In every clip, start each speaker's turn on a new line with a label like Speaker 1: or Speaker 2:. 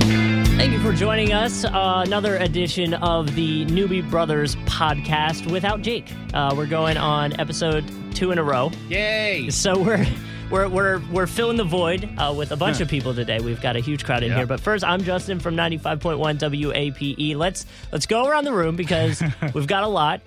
Speaker 1: Thank you for joining us. Uh, another edition of the Newbie Brothers podcast without Jake. Uh, we're going on episode two in a row.
Speaker 2: Yay!
Speaker 1: So we're we're we're, we're filling the void uh, with a bunch of people today. We've got a huge crowd in
Speaker 2: Hmm. Yeah.
Speaker 1: here. But first, I'm Justin from 95.1 WAPe. E. Let's let's go around the room because we've got a lot.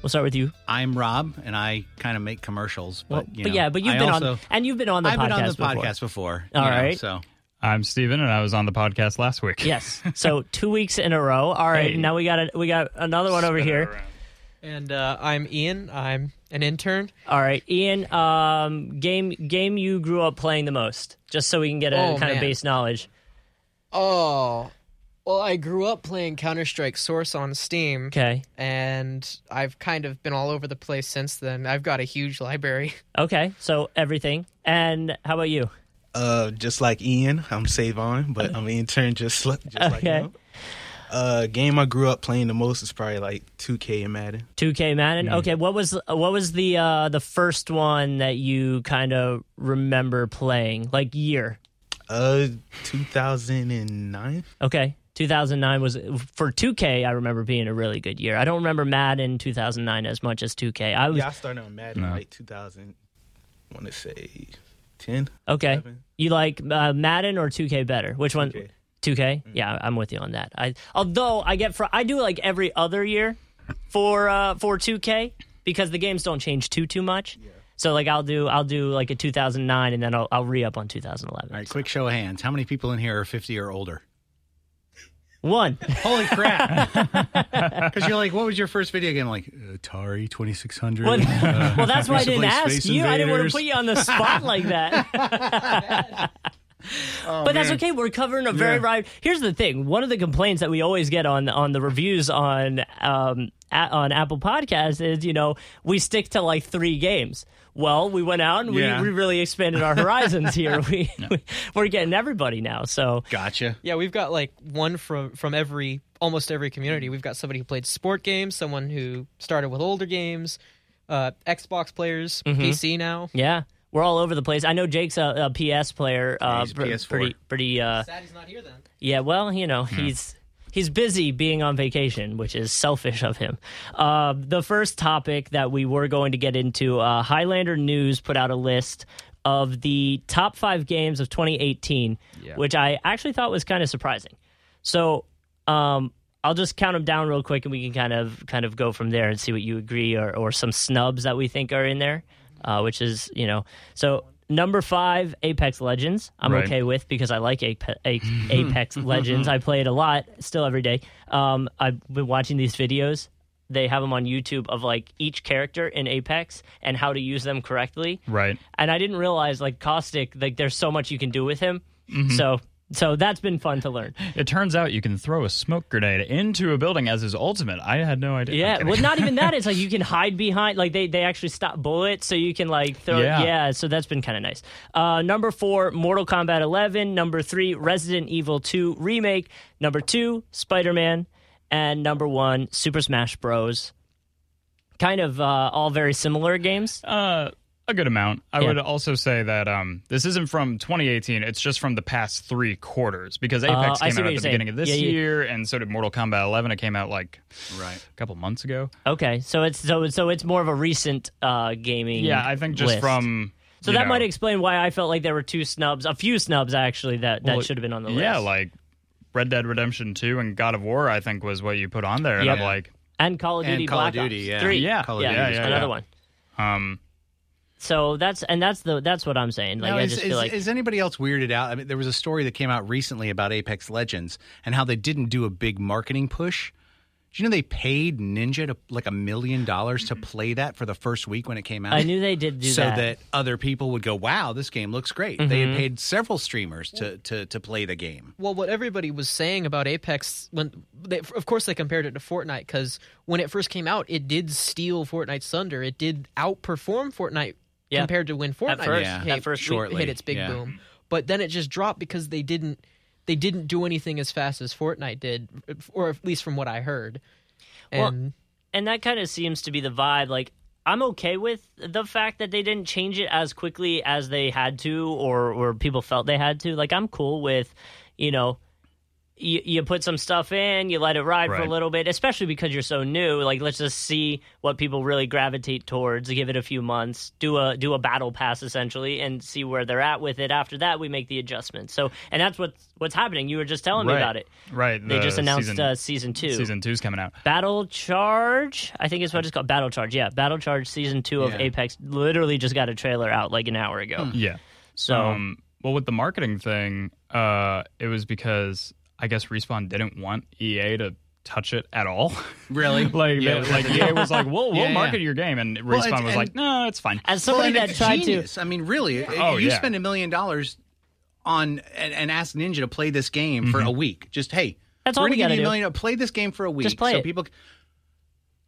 Speaker 1: We'll start with you.
Speaker 2: I'm Rob, and I kind of make commercials. But, you
Speaker 1: but
Speaker 2: know,
Speaker 1: yeah, but you've
Speaker 2: I
Speaker 1: been
Speaker 2: also-
Speaker 1: on and you've been on the
Speaker 2: I've
Speaker 1: podcast.
Speaker 2: been on the
Speaker 1: before.
Speaker 2: podcast before.
Speaker 1: All
Speaker 2: you know,
Speaker 1: right.
Speaker 2: so
Speaker 3: I'm Steven, and I was on the podcast last week.
Speaker 1: Yes. So two weeks in a row. All right.
Speaker 3: Hey.
Speaker 1: Now we got a, we got another one over here.
Speaker 4: And uh, I'm Ian. I'm an intern.
Speaker 1: All right, Ian. Um, game game you grew up playing the most, just so we can get a
Speaker 4: Oh,
Speaker 1: kind of
Speaker 4: man.
Speaker 1: base knowledge.
Speaker 4: Oh, well, I grew up playing Counter Strike Source on Steam,
Speaker 1: Okay.
Speaker 4: and I've kind of been all over the place since then. I've got a huge library.
Speaker 1: Okay. So everything. And how about you?
Speaker 5: Uh, just like Ian, I'm Savon, but I'm an intern just, li- just like
Speaker 1: Okay.
Speaker 5: him. Uh, game I grew up playing the most is probably like 2K and Madden.
Speaker 1: 2K Madden. Okay. What was what was the uh, the first one that you kind of remember playing? Like year.
Speaker 5: Uh, 2009.
Speaker 1: Okay. 2009 was for 2K. I remember being a really good year. I don't remember Madden 2009 as much as 2K. I was
Speaker 5: Yeah, I started on Madden like 2000. Want to say 10?
Speaker 1: Okay.
Speaker 5: Seven.
Speaker 1: You like uh, Madden or 2K better? Which one? 2K.
Speaker 5: 2K.
Speaker 1: Yeah, I'm with you on that. I although I get fr- I do like every other year for uh for 2K because the games don't change too too much. So like I'll do I'll do like a 2009 and then I'll I'll re up on 2011.
Speaker 2: all right, quick show of hands. How many people in here are 50 or older?
Speaker 1: One.
Speaker 2: Holy crap! Because you're like, what was your first video game? Like Atari 2600.
Speaker 1: Well,
Speaker 2: uh,
Speaker 1: well, that's why I
Speaker 2: used to
Speaker 1: didn't
Speaker 2: play
Speaker 1: ask
Speaker 2: Space
Speaker 1: you. I didn't want to
Speaker 2: Invaders.
Speaker 1: put you on the spot like that. but that's okay. We're covering a very wide. Here's the thing. One of the complaints that we always get on on the reviews on um a, on Apple Podcasts is you know we stick to like three games. Well, we went out and
Speaker 2: Yeah.
Speaker 1: we, we really expanded our horizons here. We, we're getting everybody now. So
Speaker 2: Gotcha.
Speaker 4: Yeah, we've got like one from from every almost every community. We've got somebody who played sport games, someone who started with older games, uh, Xbox players, PC now.
Speaker 1: yeah, we're all over the place. I know Jake's a, a PS player. Uh,
Speaker 2: he's a
Speaker 1: pre-
Speaker 2: PS4.
Speaker 1: Pretty pretty. Uh,
Speaker 4: Sad he's not here then.
Speaker 1: Yeah, well, you know, he's he's busy being on vacation, which is selfish of him. Uh, the first topic that we were going to get into, uh, Highlander News put out a list of the top five games of 2018, which I actually thought was kind of surprising. So um, I'll just count them down real quick, and we can kind of kind of go from there and see what you agree or or some snubs that we think are in there, uh, which is you know so. Number five, Apex Legends. I'm
Speaker 3: Right.
Speaker 1: okay with because I like Ape- A- Apex Legends. I play it a lot, still every day. Um, I've been watching these videos. They have them on YouTube of like each character in Apex and how to use them correctly
Speaker 3: Right.
Speaker 1: and I didn't realize like caustic like there's so much you can do with him. So so that's been fun to learn.
Speaker 3: It turns out you can throw a smoke grenade into a building as his ultimate. I had no idea. I'm
Speaker 1: Yeah,
Speaker 3: kidding.
Speaker 1: well not even that it's like you can hide behind like they they actually stop bullets so you can like throw yeah,
Speaker 3: Yeah.
Speaker 1: so that's been kind of nice. Uh number 4 Mortal Kombat 11, number 3 Resident Evil 2 remake, number 2 Spider-Man and number 1 Super Smash Bros. Kind of uh, all very similar games.
Speaker 3: uh, a good amount. I
Speaker 1: Yeah.
Speaker 3: would also say that um, this isn't from 2018. It's just from the past three quarters because Apex
Speaker 1: Uh, I see
Speaker 3: came
Speaker 1: what
Speaker 3: out at
Speaker 1: you're
Speaker 3: the
Speaker 1: saying.
Speaker 3: beginning of this
Speaker 1: Yeah, yeah.
Speaker 3: year, and so did Mortal Kombat 11. It came out like
Speaker 2: Right.
Speaker 3: a couple months ago.
Speaker 1: Okay, so it's so it's so it's more of a recent uh, gaming.
Speaker 3: Yeah, I think just
Speaker 1: list.
Speaker 3: from.
Speaker 1: So
Speaker 3: you
Speaker 1: that
Speaker 3: know,
Speaker 1: might explain why I felt like there were two snubs, a few snubs actually that
Speaker 3: Well,
Speaker 1: that should have been on the list.
Speaker 3: Yeah, like Red Dead Redemption 2 and God of War, I think, was what you put on there. And
Speaker 1: Yep.
Speaker 3: I'm like,
Speaker 1: and Call of
Speaker 2: And
Speaker 1: Duty
Speaker 2: Call
Speaker 1: Black
Speaker 2: of Duty,
Speaker 1: Ops
Speaker 2: yeah.
Speaker 1: Three.
Speaker 3: Yeah.
Speaker 2: Call of
Speaker 1: yeah,
Speaker 2: Duty
Speaker 3: is
Speaker 1: another
Speaker 3: better.
Speaker 1: one.
Speaker 3: um,
Speaker 1: So that's and that's the that's what I'm saying. Like
Speaker 2: Now,
Speaker 1: I
Speaker 2: is,
Speaker 1: just
Speaker 2: is-
Speaker 1: feel like
Speaker 2: is anybody else weirded out? I mean, there was a story that came out recently about Apex Legends and how they didn't do a big marketing push. Do you know they paid Ninja to like a million dollars to play that for the first week when it came out?
Speaker 1: I knew they did do
Speaker 2: so
Speaker 1: that. Mm-hmm.
Speaker 2: that. other people would go, "Wow, this game looks great." They had paid several streamers to to to play the game.
Speaker 4: Well, what everybody was saying about Apex, when they, of course they compared it to Fortnite, because when it first came out, it did steal Fortnite's thunder. It did outperform Fortnite
Speaker 1: Yeah.
Speaker 4: compared to when Fortnite
Speaker 1: first.
Speaker 2: Yeah.
Speaker 4: came-
Speaker 1: At first,
Speaker 4: we-
Speaker 2: shortly,
Speaker 4: hit its big
Speaker 2: yeah.
Speaker 4: boom. But then it just dropped because they didn't they didn't do anything as fast as Fortnite did, or at least from what I heard.
Speaker 1: Well,
Speaker 4: And
Speaker 1: and that kind of seems to be the vibe. Like I'm okay with the fact that they didn't change it as quickly as they had to, or or people felt they had to. Like I'm cool with, you know, you, you put some stuff in, you let it ride for a
Speaker 3: Right.
Speaker 1: little bit, especially because you're so new. Like, let's just see what people really gravitate towards. Give it a few months, do a do a battle pass essentially, and see where they're at with it. After that, we make the adjustments. So, and that's what's what's happening. You were just telling me
Speaker 2: Right.
Speaker 1: about it.
Speaker 3: Right.
Speaker 1: They
Speaker 3: the
Speaker 1: just announced
Speaker 3: season,
Speaker 1: uh, season two.
Speaker 3: season two's coming out.
Speaker 1: Battle Charge, I think is what it's called. Battle Charge, yeah. Battle Charge season two of
Speaker 2: Yeah. Hmm.
Speaker 1: Apex literally just got a trailer out like an hour ago.
Speaker 3: Yeah.
Speaker 1: So
Speaker 3: Um, well, with the marketing thing, uh, it was because I guess Respawn didn't want EA to touch it at all.
Speaker 2: Really?
Speaker 3: like,
Speaker 2: Yeah,
Speaker 3: they-
Speaker 2: it was
Speaker 3: like EA was like, "We'll we'll
Speaker 2: Yeah, yeah.
Speaker 3: market your game," and Respawn
Speaker 2: it's-
Speaker 3: was
Speaker 2: and-
Speaker 3: like, "No, it's fine."
Speaker 1: as somebody
Speaker 2: Well,
Speaker 1: that
Speaker 2: and it's
Speaker 1: tried to
Speaker 2: genius. I mean, really,
Speaker 3: Oh,
Speaker 2: you
Speaker 3: yeah.
Speaker 2: spend a million dollars on and, and ask Ninja to play this game for a week. Just hey,
Speaker 1: That's
Speaker 2: we're
Speaker 1: all we
Speaker 2: gonna give
Speaker 1: gotta
Speaker 2: you
Speaker 1: do.
Speaker 2: a million. Play this game for a week.
Speaker 1: Just play
Speaker 2: so
Speaker 1: it.
Speaker 2: people. c-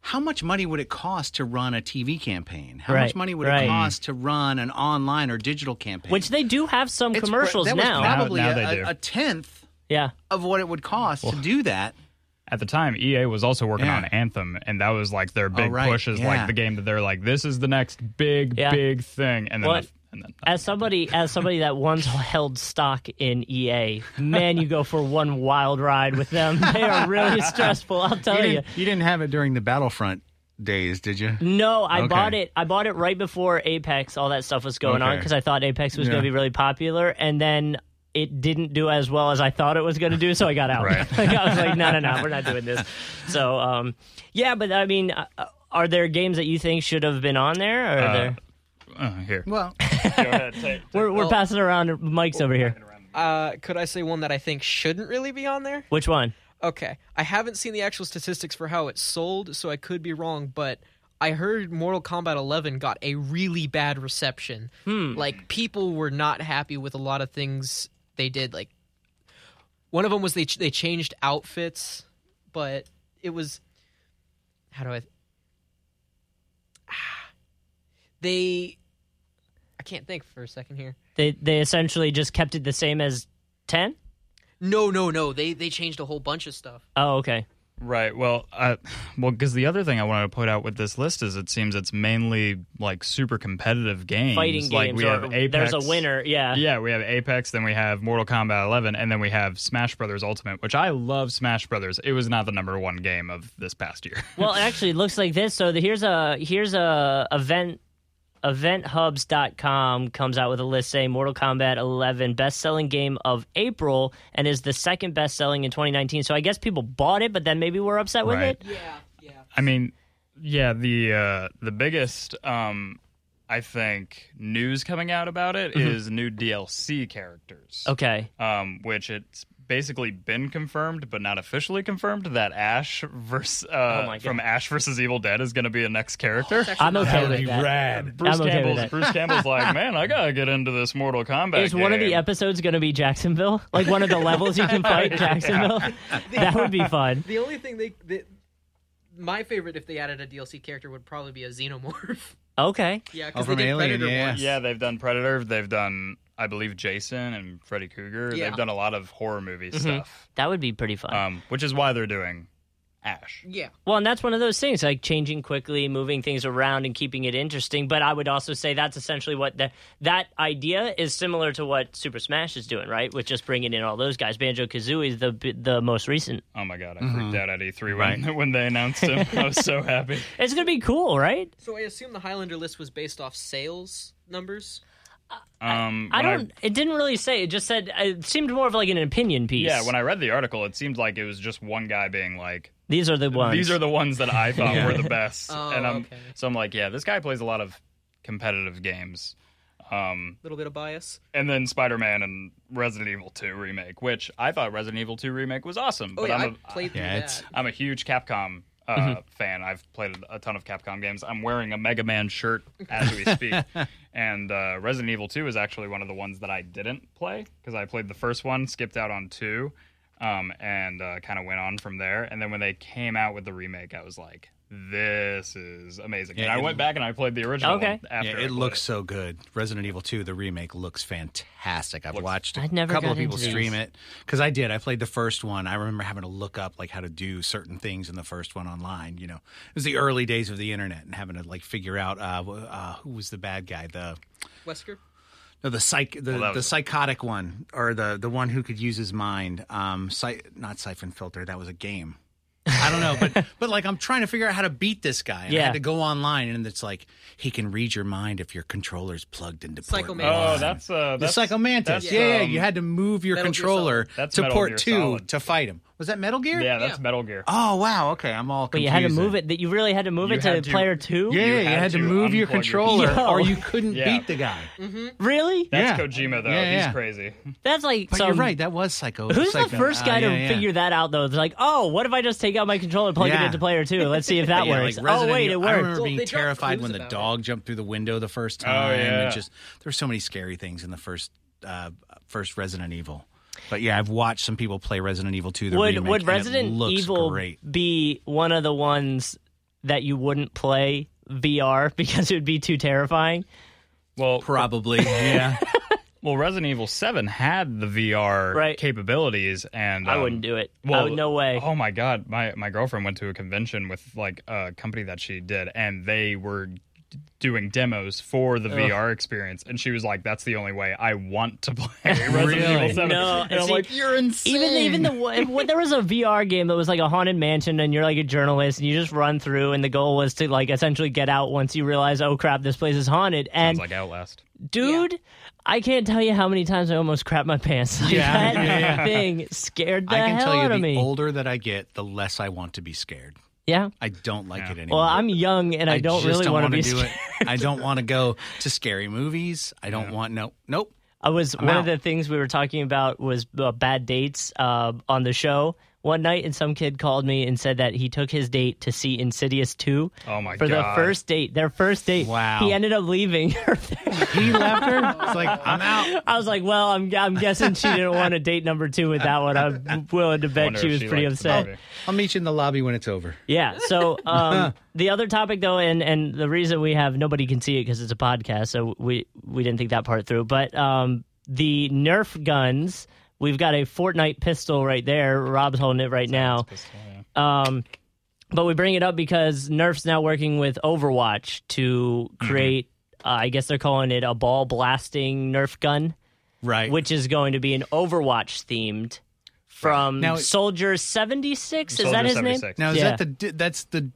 Speaker 2: How much money would it cost to run a TV campaign? How
Speaker 1: Right,
Speaker 2: much money would
Speaker 1: right.
Speaker 2: it cost to run an online or digital campaign?
Speaker 1: which they do have some
Speaker 2: It's-
Speaker 1: commercials
Speaker 2: that
Speaker 1: now.
Speaker 2: was probably
Speaker 3: Now- now
Speaker 2: a-
Speaker 3: they
Speaker 2: a,
Speaker 3: do.
Speaker 2: a tenth
Speaker 1: yeah.
Speaker 2: of what it would cost to do that.
Speaker 3: At the time, EA was also working
Speaker 2: Yeah. Oh,
Speaker 3: on Anthem, and that was like their big
Speaker 2: right,
Speaker 3: push. Is
Speaker 2: yeah.
Speaker 3: like the game that they're like, "This is the next big,
Speaker 1: Yeah.
Speaker 3: big thing," and then
Speaker 1: Well,
Speaker 3: the- and then
Speaker 1: As somebody as somebody that once held stock in EA, man, you go for one wild ride with them. They are really stressful, I'll tell you.
Speaker 2: didn't, you didn't have it during the Battlefront days, did you?
Speaker 1: No, I
Speaker 2: Okay.
Speaker 1: bought it. I bought it right before Apex, all that stuff was going on
Speaker 2: Okay.
Speaker 1: because I thought Apex was going to be really popular, and then it didn't do as well as I thought it was going to do, so I got out.
Speaker 3: Right.
Speaker 1: Like, I was like, no, no, no, we're not doing this. So, um, yeah, but I mean, uh, uh, are there games that you think should have been on there? Or are there?
Speaker 3: uh, here.
Speaker 2: Well,
Speaker 1: We're we're passing around mics over here.
Speaker 4: Uh, could I say one that I think shouldn't really be on there?
Speaker 1: Which one?
Speaker 4: Okay. I haven't seen the actual statistics for how it sold, so I could be wrong, but I heard Mortal Kombat 11 got a really bad reception. Like people were not happy with a lot of things they did. Like one of them was they ch- they changed outfits, but it was how do I Ah. they I can't think for a second here.
Speaker 1: They they essentially just kept it the same as ten.
Speaker 4: No, no, no. They they changed a whole bunch of stuff.
Speaker 1: Oh, okay.
Speaker 3: Right. Well, uh, well, because the other thing I wanted to point out with this list is it seems it's mainly like super competitive games,
Speaker 1: Fighting
Speaker 3: Like
Speaker 1: games.
Speaker 3: we
Speaker 1: or
Speaker 3: have Apex.
Speaker 1: There's a winner. Yeah.
Speaker 3: Yeah, we have Apex, then we have Mortal Kombat 11, and then we have Smash Brothers Ultimate, which I love. Smash Brothers. It was not the number one game of this past year.
Speaker 1: Well, actually, it looks like this. So the, here's a here's a event eventhubs.com comes out with a list saying Mortal Kombat 11 best-selling game of April and is the second best-selling in 2019. So I guess people bought it but then maybe we're upset with
Speaker 3: Right.
Speaker 1: it.
Speaker 4: Yeah, yeah.
Speaker 3: I mean, yeah, the uh, the biggest, um, I think, news coming out about it is new DLC characters.
Speaker 1: Mm-hmm. Okay.
Speaker 3: um, which it's basically been confirmed but not officially confirmed that Ash versus
Speaker 1: Oh
Speaker 3: uh,
Speaker 1: my God.
Speaker 3: from Ash versus Evil Dead is going to be a next character.
Speaker 1: I'm okay
Speaker 5: That would
Speaker 1: with
Speaker 5: be
Speaker 1: that.
Speaker 5: rad.
Speaker 3: Bruce
Speaker 1: I'm okay with
Speaker 3: Campbell's
Speaker 1: that.
Speaker 3: Bruce Campbell's like, man, I gotta get into this Mortal Kombat.
Speaker 1: Is one of the
Speaker 3: game."
Speaker 1: episodes going to be Jacksonville? Like one of the levels you can fight Jacksonville? That would be fun.
Speaker 4: The only thing they, they my favorite if they added a DLC character would probably be a xenomorph.
Speaker 1: Okay.
Speaker 4: yeah,
Speaker 2: Oh,
Speaker 4: because they
Speaker 2: from
Speaker 4: did
Speaker 2: Alien,
Speaker 4: Predator
Speaker 2: yeah.
Speaker 4: once.
Speaker 3: Yeah, they've done Predator. They've done, I believe, Jason and Freddy Krueger.
Speaker 4: Yeah. Mm-hmm.
Speaker 3: They've done a lot of horror movie stuff,
Speaker 1: That would be pretty fun.
Speaker 3: um, which is why they're doing Ash.
Speaker 4: Yeah.
Speaker 1: Well, and that's one of those things like changing quickly, moving things around, and keeping it interesting. But I would also say that's essentially what the, that idea is similar to what Super Smash is doing, right? With just bringing in all those guys. Banjo Kazooie is the b- the most recent.
Speaker 3: Oh my god, I
Speaker 4: Mm-hmm.
Speaker 3: freaked out at E3 when, when they announced him. I was so happy.
Speaker 1: It's gonna be cool, right?
Speaker 4: So I assume the Highlander list was based off sales numbers.
Speaker 3: Um,
Speaker 1: I
Speaker 3: when
Speaker 1: don't. It didn't really say. It just said. It seemed more of like an opinion piece.
Speaker 3: Yeah, when I read the article, it seemed like it was just one guy being like,
Speaker 1: these are the ones.
Speaker 3: "These are the ones that I thought were the best,"
Speaker 4: Oh,
Speaker 3: and I'm
Speaker 4: okay.
Speaker 3: so I'm like, "Yeah, this guy plays a lot of competitive games." Um,
Speaker 4: A little bit of bias.
Speaker 3: and then Spider-Man and Resident Evil 2 remake, which I thought Resident Evil 2 remake was awesome.
Speaker 4: Oh
Speaker 3: but
Speaker 4: yeah,
Speaker 3: I'm
Speaker 4: I
Speaker 3: a-
Speaker 4: played through
Speaker 2: Yeah,
Speaker 4: that.
Speaker 2: it's-
Speaker 3: I'm a huge Capcom uh,
Speaker 2: Mm-hmm.
Speaker 3: fan. I've played a ton of Capcom games. I'm wearing a Mega Man shirt as we speak. and uh, Resident Evil 2 is actually one of the ones that I didn't play because I played the first one, skipped out on 2, um, and uh, kind of went on from there. And then when they came out with the remake, I was like, this is amazing.
Speaker 2: Yeah,
Speaker 3: and I
Speaker 2: it-
Speaker 3: went back and I played the original
Speaker 1: Okay.
Speaker 3: one after. I
Speaker 2: Yeah,
Speaker 3: played
Speaker 2: it looks so good. Resident Evil 2, the remake, looks fantastic. I've watched a
Speaker 1: I'd never
Speaker 2: couple
Speaker 1: got
Speaker 2: of people
Speaker 1: into
Speaker 2: stream
Speaker 1: these.
Speaker 2: it because I did. I played the first one. I remember having to look up like how to do certain things in the first one online. You know, it was the early days of the internet and having to like figure out uh, wh- uh, who was the bad guy. The
Speaker 4: Wesker.
Speaker 2: No, the psych, the,
Speaker 3: that
Speaker 2: the
Speaker 3: was-
Speaker 2: psychotic one, or the the one who could use his mind. Um, sci- not siphon filter. That was a game. I don't know, but but like I'm trying to figure out how to beat this guy. And I
Speaker 1: Yeah.
Speaker 2: had to go online, and it's like he can read your mind if your controller's plugged into port
Speaker 4: Psychomantis.
Speaker 2: one.
Speaker 3: Oh, that's uh,
Speaker 2: the
Speaker 3: that's,
Speaker 2: psychomantis.
Speaker 3: that's,
Speaker 2: Yeah, yeah,
Speaker 3: um,
Speaker 2: you had to move your
Speaker 4: Metal Gear
Speaker 2: controller
Speaker 3: Solid. That's
Speaker 2: to
Speaker 3: Metal
Speaker 2: port
Speaker 3: Gear
Speaker 2: two
Speaker 3: Solid.
Speaker 2: to fight him. Was that Metal Gear?
Speaker 3: yeah, that's
Speaker 4: Yeah.
Speaker 3: Metal Gear.
Speaker 2: Oh wow. Okay, I'm all.
Speaker 1: But you
Speaker 2: Confused
Speaker 1: had to
Speaker 2: then.
Speaker 1: move it. That you really had to move
Speaker 3: You
Speaker 1: it to
Speaker 3: had to-
Speaker 1: player two.
Speaker 2: Yeah, you had, to, move your
Speaker 3: unplug your
Speaker 2: controller,
Speaker 1: controller.
Speaker 2: or
Speaker 1: Yo.
Speaker 2: you couldn't
Speaker 3: Yeah.
Speaker 2: beat the guy.
Speaker 1: Really?
Speaker 3: That's
Speaker 2: Yeah.
Speaker 3: Kojima though.
Speaker 2: Yeah, yeah.
Speaker 3: He's crazy.
Speaker 1: That's like
Speaker 2: But
Speaker 1: some-
Speaker 2: you're right. That was psycho.
Speaker 1: um, Who's
Speaker 2: psycho-
Speaker 1: the first
Speaker 2: uh,
Speaker 1: guy to
Speaker 2: yeah, yeah.
Speaker 1: figure that out though? It's like, oh, what if I just take out my controller and plug
Speaker 2: Yeah.
Speaker 1: it into player two? Let's see if that
Speaker 2: Yeah,
Speaker 1: works.
Speaker 2: like
Speaker 1: oh
Speaker 2: Resident
Speaker 1: wait, it
Speaker 2: Evil- I remember
Speaker 1: worked.
Speaker 4: Well, they
Speaker 2: being
Speaker 4: dropped
Speaker 2: terrified when
Speaker 4: clues
Speaker 2: the
Speaker 4: about
Speaker 2: dog jumped through the window the first
Speaker 3: Oh,
Speaker 2: time.
Speaker 3: yeah.
Speaker 2: And just there's so many scary things in the first uh, first Resident Evil. But yeah, I've watched some people play Resident Evil 2. The
Speaker 1: Would
Speaker 2: remake,
Speaker 1: would
Speaker 2: and it
Speaker 1: Resident
Speaker 2: looks
Speaker 1: Evil
Speaker 2: great.
Speaker 1: be one of the ones that you wouldn't play VR because it would be too terrifying?
Speaker 3: Well,
Speaker 2: Probably, yeah.
Speaker 3: well, Resident Evil Seven had the VR
Speaker 1: Right.
Speaker 3: capabilities, and
Speaker 1: I
Speaker 3: um,
Speaker 1: wouldn't do it. I
Speaker 3: Well,
Speaker 1: would- no way.
Speaker 3: Oh my god, my my girlfriend went to a convention with like a company that she did, and they were d- doing demos for the VR experience, and she was like, "That's the only way I want to play Resident
Speaker 2: Really?
Speaker 3: Evil 7.
Speaker 1: No,
Speaker 3: and I'm
Speaker 1: see,
Speaker 3: like, "You're insane."
Speaker 1: Even even the one- when there was a VR game that was like a haunted mansion, and you're like a journalist, and you just run through, and the goal was to like essentially get out once you realize, oh crap, this place is haunted. And
Speaker 3: Sounds like Outlast.
Speaker 1: dude, I can't tell you how many times I almost crapped my pants. Like,
Speaker 2: Yeah.
Speaker 1: that thing scared the
Speaker 2: I can
Speaker 1: hell
Speaker 2: tell you,
Speaker 1: out
Speaker 2: the
Speaker 1: of me.
Speaker 2: older that I get, the less I want to be scared.
Speaker 1: yeah.
Speaker 2: I don't like it anymore.
Speaker 1: Well, I'm young, and I, don't
Speaker 2: just
Speaker 1: really want to
Speaker 2: wanna
Speaker 1: be.
Speaker 2: do
Speaker 1: scared.
Speaker 2: it. I don't want to go to scary movies. I don't want no, nope.
Speaker 1: I was one
Speaker 2: out.
Speaker 1: of the things we were talking about was uh, bad dates uh, on the show one night, and some kid called me and said that he took his date to see Insidious two.
Speaker 3: Oh my
Speaker 1: for
Speaker 3: god.
Speaker 1: the first date, their first date.
Speaker 2: Wow.
Speaker 1: He ended up leaving her.
Speaker 2: He left her. It's like I'm out.
Speaker 1: I was like, well, I'm I'm guessing she didn't want to date number two with that one. I'm willing to bet
Speaker 3: Wonder
Speaker 1: she
Speaker 3: if
Speaker 1: was
Speaker 3: she
Speaker 1: pretty
Speaker 3: likes the
Speaker 1: upset.
Speaker 3: movie.
Speaker 2: I'll meet you in the lobby when it's over.
Speaker 1: Yeah. So um, the other topic, though, and and the reason we have nobody can see it because it's a podcast, so we we didn't think that part through. But um, the Nerf guns, we've got a Fortnite pistol right there. Rob's holding it right now. Um, but we bring it up because Nerf's now working with Overwatch to create. Uh, I guess they're calling it a ball blasting Nerf gun,
Speaker 2: Right.
Speaker 1: which is going to be an Overwatch themed from
Speaker 2: Now-
Speaker 1: Soldier Seventy Six. Is
Speaker 3: Soldier
Speaker 1: that his name?
Speaker 3: 76.
Speaker 2: now is
Speaker 1: yeah.
Speaker 2: that the that's the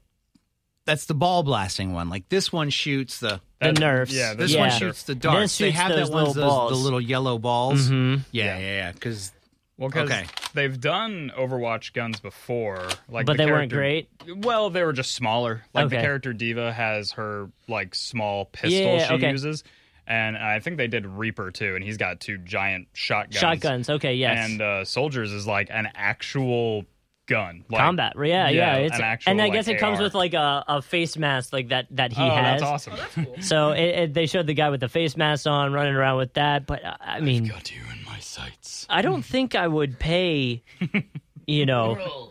Speaker 2: that's the ball blasting one. Like this one shoots the
Speaker 1: The
Speaker 3: That-
Speaker 1: Nerfs.
Speaker 3: yeah,
Speaker 2: this
Speaker 3: Yeah.
Speaker 2: one shoots the darts.
Speaker 1: This
Speaker 2: they
Speaker 1: shoots
Speaker 2: have
Speaker 1: those
Speaker 2: that one's
Speaker 1: little
Speaker 2: those-
Speaker 1: balls.
Speaker 2: the little yellow balls.
Speaker 1: Mhm.
Speaker 2: Yeah, yeah, yeah. Because
Speaker 3: Well, 'cause
Speaker 2: Okay.
Speaker 3: they've done Overwatch guns before, like,
Speaker 1: but they
Speaker 3: the
Speaker 1: weren't
Speaker 3: character-
Speaker 1: great.
Speaker 3: Well, they were just smaller. Like the
Speaker 1: Okay.
Speaker 3: character Diva has her like small pistol
Speaker 1: Yeah,
Speaker 3: she
Speaker 1: okay.
Speaker 3: uses, and I think they did Reaper too, and he's got two giant shotguns.
Speaker 1: Shotguns. Okay, yes.
Speaker 3: And uh, Soldiers is like an actual gun. Like,
Speaker 1: Combat. Yeah, yeah.
Speaker 3: yeah,
Speaker 1: it's
Speaker 3: an actual,
Speaker 1: and I
Speaker 3: like,
Speaker 1: guess it comes
Speaker 3: AR.
Speaker 1: with like a, a face mask like that that he
Speaker 3: oh,
Speaker 1: has.
Speaker 3: that's awesome.
Speaker 1: So it, it, they showed the guy with the face mask on running around with that. But I I mean,
Speaker 3: got you in my sights.
Speaker 1: I don't think I would pay. You know,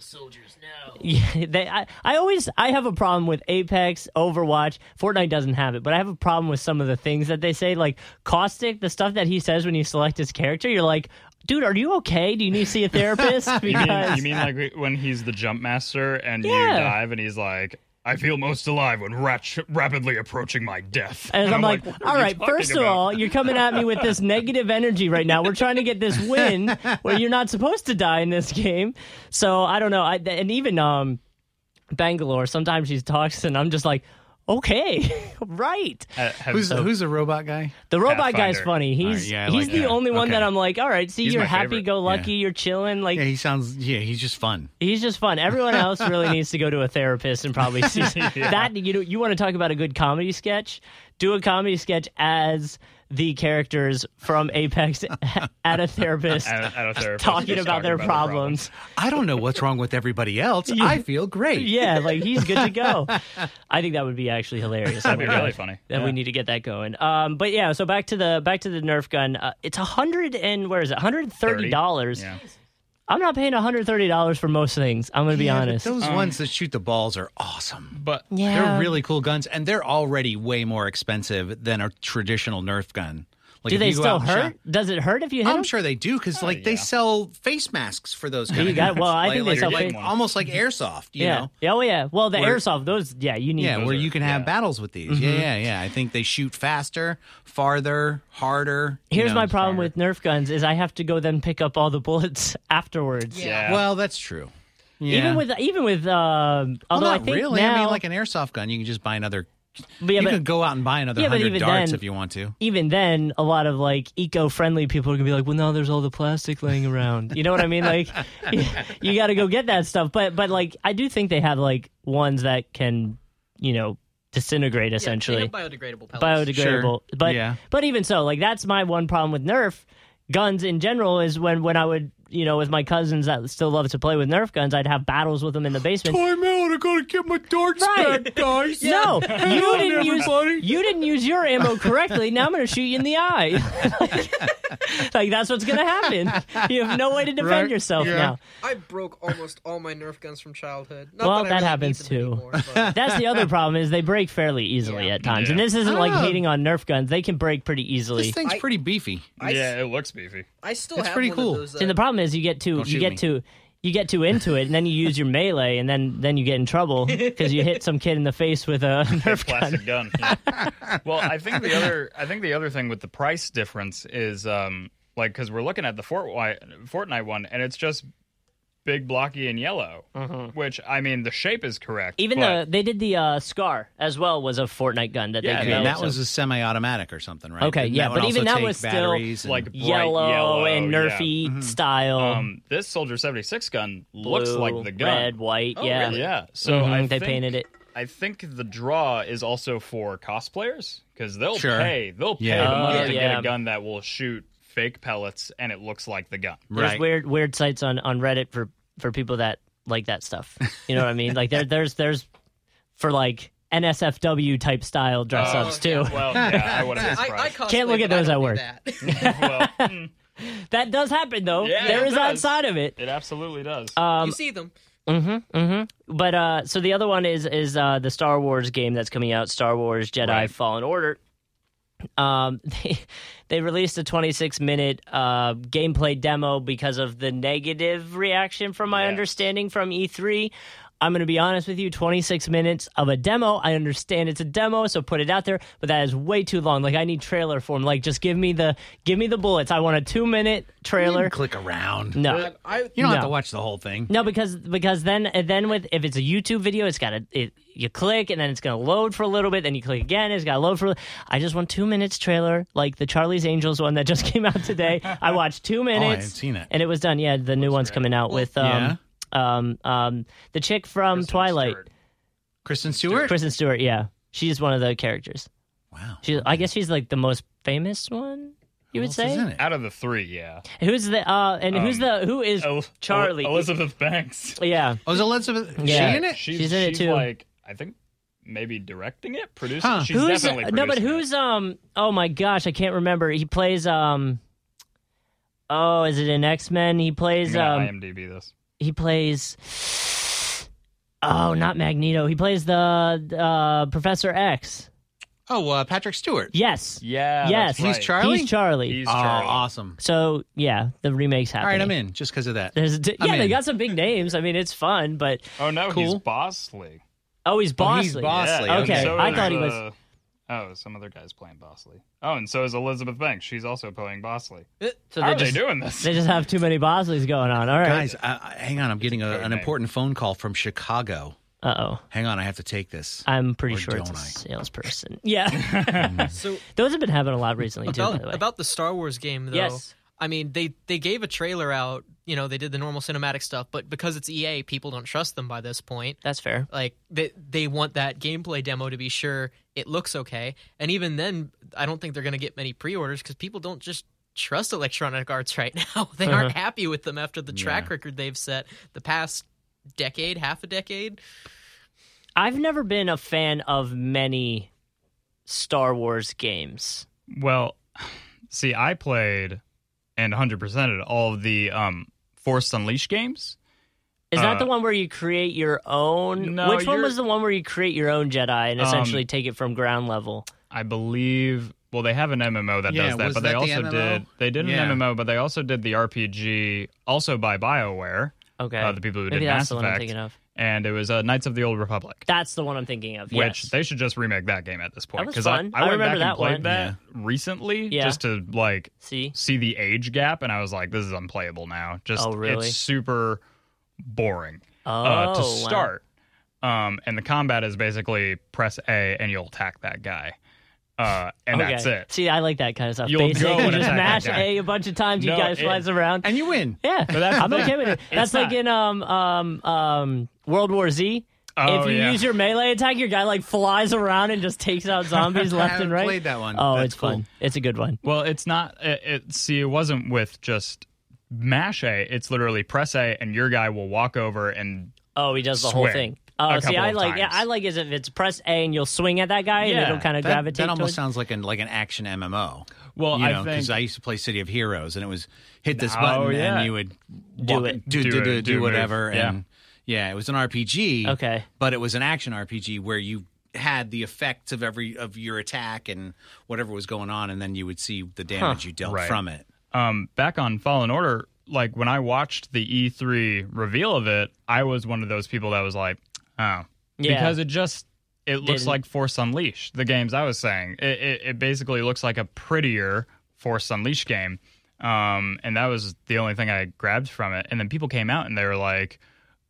Speaker 1: Yeah, they, I, I always I have a problem with Apex, Overwatch, Fortnite doesn't have it, but I have a problem with some of the things that they say, like caustic, the stuff that he says when you select his character. You're like, dude, are you okay? Do you need to see a therapist?
Speaker 3: You mean,
Speaker 1: Because
Speaker 3: you mean like when he's the jump master and you
Speaker 1: Yeah.
Speaker 3: dive and he's like, I feel most alive when rat- rapidly approaching my death.
Speaker 1: and I'm like,
Speaker 3: "What are
Speaker 1: all
Speaker 3: you
Speaker 1: right,
Speaker 3: talking
Speaker 1: first of
Speaker 3: about?"
Speaker 1: all, you're coming at me with this negative energy right now. We're trying to get this win where you're not supposed to die in this game. So I don't know. I, and even um, Bangalore, sometimes she talks, and I'm just like, okay, right.
Speaker 3: Ha- have-
Speaker 2: who's who's the robot guy?
Speaker 1: The robot
Speaker 3: Pathfinder.
Speaker 1: guy's funny. He's
Speaker 2: yeah, I
Speaker 1: he's
Speaker 2: like
Speaker 1: the
Speaker 2: that.
Speaker 1: only one
Speaker 2: Okay.
Speaker 1: that I'm like, all right, see,
Speaker 3: He's
Speaker 1: you're
Speaker 3: my favorite.
Speaker 1: happy go lucky, you're chilling. Like
Speaker 2: Yeah, he sounds. Yeah, he's just fun.
Speaker 1: he's just fun. Everyone else really needs to go to a therapist and probably see that. You know, you want to talk about a good comedy sketch? Do a comedy sketch as the characters from Apex at a therapist
Speaker 3: at, at a therapist,
Speaker 1: talking
Speaker 3: just
Speaker 1: about their problems.
Speaker 2: I don't know what's wrong with everybody else. I feel great.
Speaker 1: yeah, like he's good to go. I think that would be actually hilarious.
Speaker 3: That'd be really funny.
Speaker 1: Then we need to get that going. Um, but yeah, so back to the back to the Nerf gun. Uh, it's a hundred and where is it? One hundred thirty dollars.
Speaker 3: Yeah.
Speaker 1: I'm not paying one hundred thirty dollars for most things. I'm gonna be
Speaker 2: Yeah, but
Speaker 1: honest.
Speaker 2: Those ones that shoot the balls are awesome.
Speaker 3: Um, But
Speaker 1: Yeah.
Speaker 2: They're really cool guns, and they're already way more expensive than a traditional Nerf gun. Like,
Speaker 1: Do
Speaker 2: if
Speaker 1: they
Speaker 2: you go
Speaker 1: still
Speaker 2: out and
Speaker 1: hurt?
Speaker 2: shop-
Speaker 1: Does it hurt if you hit
Speaker 2: I'm
Speaker 1: them?
Speaker 2: sure they do because like they
Speaker 3: yeah.
Speaker 2: sell face masks for those guys.
Speaker 1: got- well, I
Speaker 2: like,
Speaker 1: think they
Speaker 2: like,
Speaker 1: sell
Speaker 2: like,
Speaker 1: face- Mm-hmm.
Speaker 2: almost like airsoft. You
Speaker 1: yeah.
Speaker 2: know,
Speaker 1: Yeah, Oh yeah. Well, the
Speaker 2: Where-
Speaker 1: airsoft. Those. Yeah. You need.
Speaker 2: yeah,
Speaker 1: those.
Speaker 2: where you
Speaker 3: are-
Speaker 2: can have
Speaker 3: yeah.
Speaker 2: battles with these.
Speaker 1: Mm-hmm.
Speaker 2: Yeah, yeah, yeah. I think they shoot faster, farther, harder. you
Speaker 1: Here's
Speaker 2: know,
Speaker 1: my problem
Speaker 2: stronger.
Speaker 1: with Nerf guns is I have to go then pick up all the bullets afterwards.
Speaker 3: Yeah.
Speaker 2: Well, that's true. Yeah.
Speaker 1: Even with even with um, although
Speaker 2: well,
Speaker 1: I
Speaker 2: not
Speaker 1: think
Speaker 2: really.
Speaker 1: now
Speaker 2: I mean, like an airsoft gun, you can just buy another.
Speaker 1: but yeah,
Speaker 2: you
Speaker 1: but
Speaker 2: could go out and buy another
Speaker 1: Yeah, but
Speaker 2: hundred
Speaker 1: even
Speaker 2: darts
Speaker 1: then-
Speaker 2: if you want to.
Speaker 1: even then a lot of like eco-friendly people are gonna be like, well now there's all the plastic laying around. You know what I mean? Like you, you got to go get that stuff. But but like I do think they have like ones that can you know disintegrate essentially.
Speaker 4: biodegradable pellets.
Speaker 1: biodegradable.
Speaker 2: Oh, Sure.
Speaker 1: But
Speaker 2: Yeah.
Speaker 1: but even so, like that's my one problem with Nerf guns in general is when when I would you know with my cousins that still love to play with Nerf guns, I'd have battles with them in the basement.
Speaker 2: I'm out. I gotta get my darts
Speaker 1: Right. back,
Speaker 2: guys.
Speaker 1: No, you didn't use you didn't use your ammo correctly. Now I'm going to shoot you in the eye. like, that's what's going to happen. You have no way to defend
Speaker 2: Right,
Speaker 1: yourself
Speaker 2: yeah.
Speaker 1: now.
Speaker 4: I broke almost all my Nerf guns from childhood. Not
Speaker 1: Well,
Speaker 4: that,
Speaker 1: that
Speaker 4: I really need
Speaker 1: happens
Speaker 4: them
Speaker 1: too.
Speaker 4: anymore, but-
Speaker 1: That's the other problem is they break fairly easily
Speaker 4: Yeah.
Speaker 1: at times, and this isn't like
Speaker 2: Ah.
Speaker 1: hating on Nerf guns. They can break pretty easily.
Speaker 2: This thing's
Speaker 4: I-
Speaker 2: pretty beefy.
Speaker 4: I, s-
Speaker 3: yeah, it looks beefy.
Speaker 4: I still
Speaker 2: That's
Speaker 4: have
Speaker 2: pretty
Speaker 4: one
Speaker 2: cool.
Speaker 4: of those. Uh,
Speaker 1: and the problem is you get too
Speaker 2: Don't
Speaker 1: you
Speaker 2: shoot
Speaker 1: get
Speaker 2: me.
Speaker 1: too you get too into it and then you use your melee and then then you get in trouble because you hit some kid in the face with a nerf gun
Speaker 3: plastic gun. Yeah. well, I think the other I think the other thing with the price difference is um like because we're looking at the Fort Wi- Fortnite one and it's just big blocky and yellow, which I mean the shape is correct.
Speaker 1: Mm-hmm. even though
Speaker 3: but
Speaker 1: they did the uh, scar as well was a fortnite gun that
Speaker 3: Yeah,
Speaker 1: they
Speaker 3: and
Speaker 2: And
Speaker 1: created
Speaker 2: that
Speaker 1: so-
Speaker 2: was a semi-automatic or something, right?
Speaker 1: Okay,
Speaker 2: Didn't
Speaker 1: yeah,
Speaker 2: one
Speaker 1: but
Speaker 2: also
Speaker 1: even that
Speaker 2: take
Speaker 1: was still,
Speaker 2: batteries and-
Speaker 3: like bright
Speaker 1: yellow,
Speaker 3: yellow
Speaker 1: and
Speaker 3: yeah.
Speaker 1: nerfy style
Speaker 3: um this Soldier seventy six gun looks
Speaker 1: blue,
Speaker 3: like the gun.
Speaker 1: red white
Speaker 4: Oh,
Speaker 1: yeah
Speaker 4: really?
Speaker 3: Yeah, so
Speaker 1: Mhm,
Speaker 3: I
Speaker 1: they
Speaker 3: think,
Speaker 1: painted it
Speaker 3: I think the draw is also for cosplayers because they'll
Speaker 2: Sure.
Speaker 3: pay they'll pay
Speaker 2: Yeah.
Speaker 3: the
Speaker 1: Oh,
Speaker 3: money to
Speaker 1: yeah.
Speaker 3: get a gun that will shoot fake pellets and it looks like the gun.
Speaker 1: there's weird weird sites on on reddit for for people that like that stuff you know what i mean like there there's there's for like nsfw type style dress
Speaker 3: Oh,
Speaker 1: ups too
Speaker 3: Well, yeah, I wouldn't be
Speaker 4: uh, I, I
Speaker 3: surprised.
Speaker 1: Can't look
Speaker 4: cosplay,
Speaker 1: at
Speaker 4: but I
Speaker 1: those
Speaker 4: don't
Speaker 1: at
Speaker 4: do that.
Speaker 3: well, mm,
Speaker 1: That does happen though.
Speaker 3: Yeah,
Speaker 1: there
Speaker 3: it
Speaker 1: is
Speaker 3: does.
Speaker 1: outside of it.
Speaker 3: it absolutely does.
Speaker 1: Um,
Speaker 4: you see them.
Speaker 1: Mm-hmm. Mm-hmm. But uh, so the other one is is uh, the Star Wars game that's coming out, Star Wars Jedi
Speaker 3: Right.
Speaker 1: Fallen Order. Um, they, they released a 26 minute uh, gameplay demo because of the negative reaction, from my
Speaker 3: Yes.
Speaker 1: understanding, from E3. I'm going to be honest with you 26 minutes of a demo. I understand it's a demo, so put it out there, but that is way too long. Like I need trailer form. Like just give me the give me the bullets. I want a 2 minute trailer.
Speaker 2: click around.
Speaker 1: No.
Speaker 4: I, I,
Speaker 2: You
Speaker 1: No.
Speaker 2: don't have to watch the whole thing.
Speaker 1: No, because because then and then with if it's a YouTube video, it's got to it, you click and then it's going to load for a little bit. Then you click again, it's got to load for. I just want two minutes trailer, like the Charlie's Angels one that just came out today. I watched two minutes.
Speaker 2: Oh, haven't seen it.
Speaker 1: and it was done. Yeah, the new one's coming out with um, um um the chick from
Speaker 3: Kristen
Speaker 1: Twilight,
Speaker 3: Stewart.
Speaker 2: Kristen Stewart.
Speaker 1: Kristen Stewart. Yeah, she's one of the characters.
Speaker 2: Wow.
Speaker 1: She, I guess she's like the most famous one. You
Speaker 2: Who
Speaker 1: would
Speaker 2: else
Speaker 1: say
Speaker 2: is in it? Um,
Speaker 3: Out of the three, yeah.
Speaker 1: who's the uh and who's the who is
Speaker 3: El-
Speaker 1: Charlie?
Speaker 3: El- Elizabeth Banks.
Speaker 1: yeah,
Speaker 2: Oh, is Elizabeth?
Speaker 1: Yeah.
Speaker 2: She in it?
Speaker 3: She's,
Speaker 1: She's in it, too.
Speaker 3: Like I think maybe directing it, producing.
Speaker 2: Huh.
Speaker 3: She's
Speaker 1: who's
Speaker 3: definitely
Speaker 1: no, but
Speaker 3: producing it.
Speaker 1: who's um? Oh my gosh, I can't remember. He plays um. Oh, is it in X Men? He
Speaker 3: I'm
Speaker 1: plays
Speaker 3: gonna
Speaker 1: um.
Speaker 3: IMDb this.
Speaker 1: He plays. Oh, not Magneto. He plays the uh, Professor X.
Speaker 2: Oh, uh, Patrick Stewart.
Speaker 1: Yes,
Speaker 3: Yeah.
Speaker 1: Yes.
Speaker 3: that's right.
Speaker 2: He's Charlie.
Speaker 1: he's Charlie.
Speaker 3: He's
Speaker 2: Oh,
Speaker 3: Charlie.
Speaker 2: awesome.
Speaker 1: so yeah, the remakes
Speaker 2: All
Speaker 1: happening.
Speaker 2: right, I'm in just because of that.
Speaker 1: There's a d-
Speaker 2: I'm
Speaker 1: yeah, they
Speaker 2: in.
Speaker 1: got some big names. I mean, it's fun, but
Speaker 3: Oh no,
Speaker 2: Cool.
Speaker 3: he's Bosley.
Speaker 1: oh, he's
Speaker 2: Oh,
Speaker 1: Bosley.
Speaker 2: he's Bosley.
Speaker 3: Yeah,
Speaker 1: Okay,
Speaker 3: so
Speaker 1: I
Speaker 3: is,
Speaker 1: thought he was-
Speaker 3: uh, Oh, some other guy's playing Bosley. Oh, and so is Elizabeth Banks. She's also playing Bosley.
Speaker 1: So
Speaker 3: How
Speaker 1: they
Speaker 3: are
Speaker 1: just
Speaker 3: they doing this?
Speaker 1: they just have too many Bosleys going on. All right.
Speaker 2: Guys, I, I, hang on. I'm getting a,
Speaker 3: code
Speaker 2: an
Speaker 3: name.
Speaker 2: important phone call from Chicago.
Speaker 1: Uh oh.
Speaker 2: Hang on, I have to take this.
Speaker 1: I'm pretty
Speaker 2: Or
Speaker 1: sure it's a
Speaker 2: don't I?
Speaker 1: salesperson. Yeah.
Speaker 4: So
Speaker 1: Those have been happening a lot recently too, by
Speaker 4: about
Speaker 1: the way.
Speaker 4: about the Star Wars game though.
Speaker 1: Yes.
Speaker 4: I mean, they they gave a trailer out. You know, they did the normal cinematic stuff, but because it's EA, people don't trust them by this point.
Speaker 1: That's fair.
Speaker 4: Like they they want that gameplay demo to be sure it looks okay. And even then, I don't think they're going to get many pre-orders because people don't just trust Electronic Arts right now. they aren't
Speaker 2: Uh-huh.
Speaker 4: happy with them after the track record they've set the past decade, half a decade.
Speaker 1: I've never been a fan of many Star Wars games.
Speaker 3: Well, see, I played and 100%ed all of the um, Force Unleashed games.
Speaker 1: Is that
Speaker 3: Uh,
Speaker 1: the one where you create your own?
Speaker 3: no,
Speaker 1: Which one
Speaker 3: you're-
Speaker 1: was the one where you create your own Jedi and
Speaker 3: Um,
Speaker 1: essentially take it from ground level?
Speaker 3: I believe Well, they have an MMO that
Speaker 2: Yeah,
Speaker 3: does that,
Speaker 2: was
Speaker 3: but
Speaker 2: that
Speaker 3: they
Speaker 2: the
Speaker 3: also
Speaker 2: MMO?
Speaker 3: did they did
Speaker 2: Yeah.
Speaker 3: an MMO, but they also did the RPG also by BioWare.
Speaker 1: Okay.
Speaker 3: Uh, the people who
Speaker 1: Maybe
Speaker 3: did
Speaker 1: that's
Speaker 3: Mass
Speaker 1: the one I'm
Speaker 3: Effect.
Speaker 1: thinking of.
Speaker 3: And it was uh, Knights of the Old Republic.
Speaker 1: That's the one I'm thinking of.
Speaker 3: Which
Speaker 1: yes.
Speaker 3: they should just remake that game at this point
Speaker 1: was
Speaker 3: I,
Speaker 1: fun.
Speaker 3: I,
Speaker 1: I
Speaker 3: went
Speaker 1: remember
Speaker 3: back
Speaker 1: that
Speaker 3: and played
Speaker 1: one.
Speaker 3: that recently
Speaker 1: Yeah.
Speaker 3: just to like
Speaker 1: See?
Speaker 3: see the age gap, and I was like, this is unplayable now. Just
Speaker 1: Oh, really?
Speaker 3: it's super boring
Speaker 1: Oh,
Speaker 3: uh, to
Speaker 1: wow.
Speaker 3: start. Um, and the combat is basically press A and you'll attack that guy, uh, and
Speaker 1: Okay.
Speaker 3: that's it.
Speaker 1: See, I like that kind of stuff.
Speaker 3: You'll
Speaker 1: Basic,
Speaker 3: go
Speaker 1: you
Speaker 3: and
Speaker 1: just
Speaker 3: attack
Speaker 1: mash
Speaker 3: that guy.
Speaker 1: A a bunch of times. you
Speaker 3: No,
Speaker 1: guys
Speaker 3: it-
Speaker 1: flies around.
Speaker 2: and you win.
Speaker 1: Yeah,
Speaker 3: that's the
Speaker 1: I'm
Speaker 3: thing.
Speaker 1: okay with it. That's like
Speaker 3: not-
Speaker 1: in um um um World War Z.
Speaker 3: Oh,
Speaker 1: if you
Speaker 3: yeah.
Speaker 1: use your melee attack, your guy like flies around and just takes out zombies
Speaker 2: I
Speaker 1: left
Speaker 2: haven't
Speaker 1: and right.
Speaker 2: played that one.
Speaker 1: Oh,
Speaker 2: That's
Speaker 1: it's
Speaker 2: cool.
Speaker 1: fun. It's a good one.
Speaker 3: Well, it's not. It, it see, it wasn't with just mash A. It's literally press A, and your guy will walk over and
Speaker 1: Oh, he does the whole
Speaker 3: Swing
Speaker 1: thing.
Speaker 3: a
Speaker 1: Oh, see,
Speaker 3: couple
Speaker 1: I
Speaker 3: of
Speaker 1: like yeah,
Speaker 3: times.
Speaker 1: I like is if it's press A and you'll swing at that guy and
Speaker 3: Yeah,
Speaker 1: it'll kind of
Speaker 2: That,
Speaker 1: gravitate.
Speaker 2: that almost
Speaker 1: towards-
Speaker 2: sounds like an like an action MMO.
Speaker 3: Well,
Speaker 2: you
Speaker 3: I
Speaker 2: know,
Speaker 3: think-
Speaker 2: I used to play City of Heroes, and it was hit this
Speaker 3: Oh,
Speaker 2: button,
Speaker 3: yeah.
Speaker 2: and you would
Speaker 1: Do
Speaker 2: walk-
Speaker 1: it.
Speaker 2: do do
Speaker 3: Do
Speaker 2: do,
Speaker 3: it,
Speaker 2: do,
Speaker 3: do a move.
Speaker 2: whatever,
Speaker 3: Yeah.
Speaker 2: and yeah, it was an RPG.
Speaker 1: Okay.
Speaker 2: but it was an action RPG where you had the effects of every of your attack and whatever was going on, and then you would see the damage you dealt
Speaker 3: Right.
Speaker 2: from it.
Speaker 3: um, back on Fallen Order, like when I watched the E3 reveal of it, I was one of those people that was like, oh,
Speaker 1: Yeah.
Speaker 3: because it just it looks
Speaker 1: Didn't-
Speaker 3: like Force Unleashed. The games I was saying, it, it, it basically looks like a prettier Force Unleashed game, um, and that was the only thing I grabbed from it. And then people came out and they were like.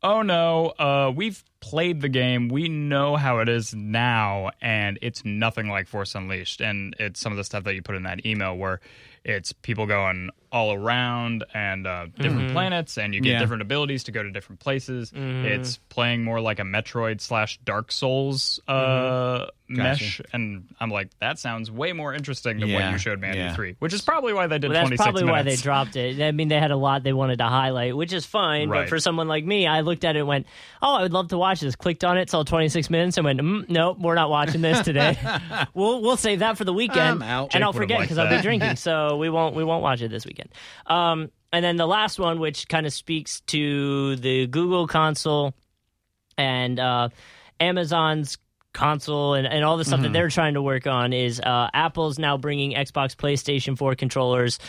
Speaker 3: Oh no, uh, we've played the game. We know how it is now, and it's nothing like Force Unleashed. And it's some of the stuff that you put in that email where it's people going all around and uh, different
Speaker 1: Mm-hmm.
Speaker 3: planets, and you get
Speaker 2: Yeah.
Speaker 3: different abilities to go to different places. It's playing more like a Metroid slash Dark Souls uh,
Speaker 1: Mm-hmm.
Speaker 3: mesh. And I'm like, that sounds way more interesting than
Speaker 2: Yeah,
Speaker 3: what you showed me at
Speaker 2: yeah.
Speaker 3: E3, which is probably why they did
Speaker 1: Well, that's
Speaker 3: 26
Speaker 1: probably why they
Speaker 3: minutes.
Speaker 1: dropped it. I mean, they had a lot they wanted to highlight, which is fine. But
Speaker 3: Right.
Speaker 1: for someone like me, I looked at it and went, "Oh, I would love to watch this." Clicked on it, saw 26 minutes, and went, mm, "Nope, we're not watching this today. we'll we'll save that for the weekend,
Speaker 2: I'm out.
Speaker 1: and I'll
Speaker 3: Jake would've
Speaker 1: forget
Speaker 3: liked
Speaker 1: because I'll be
Speaker 3: that.
Speaker 1: drinking. So we won't we won't watch it this weekend." Um, and then the last one, which kind of speaks to the Google console and uh, Amazon's console and, and all the
Speaker 3: Mm-hmm.
Speaker 1: stuff that they're trying to work on is uh, Apple's now bringing Xbox PlayStation 4 controllers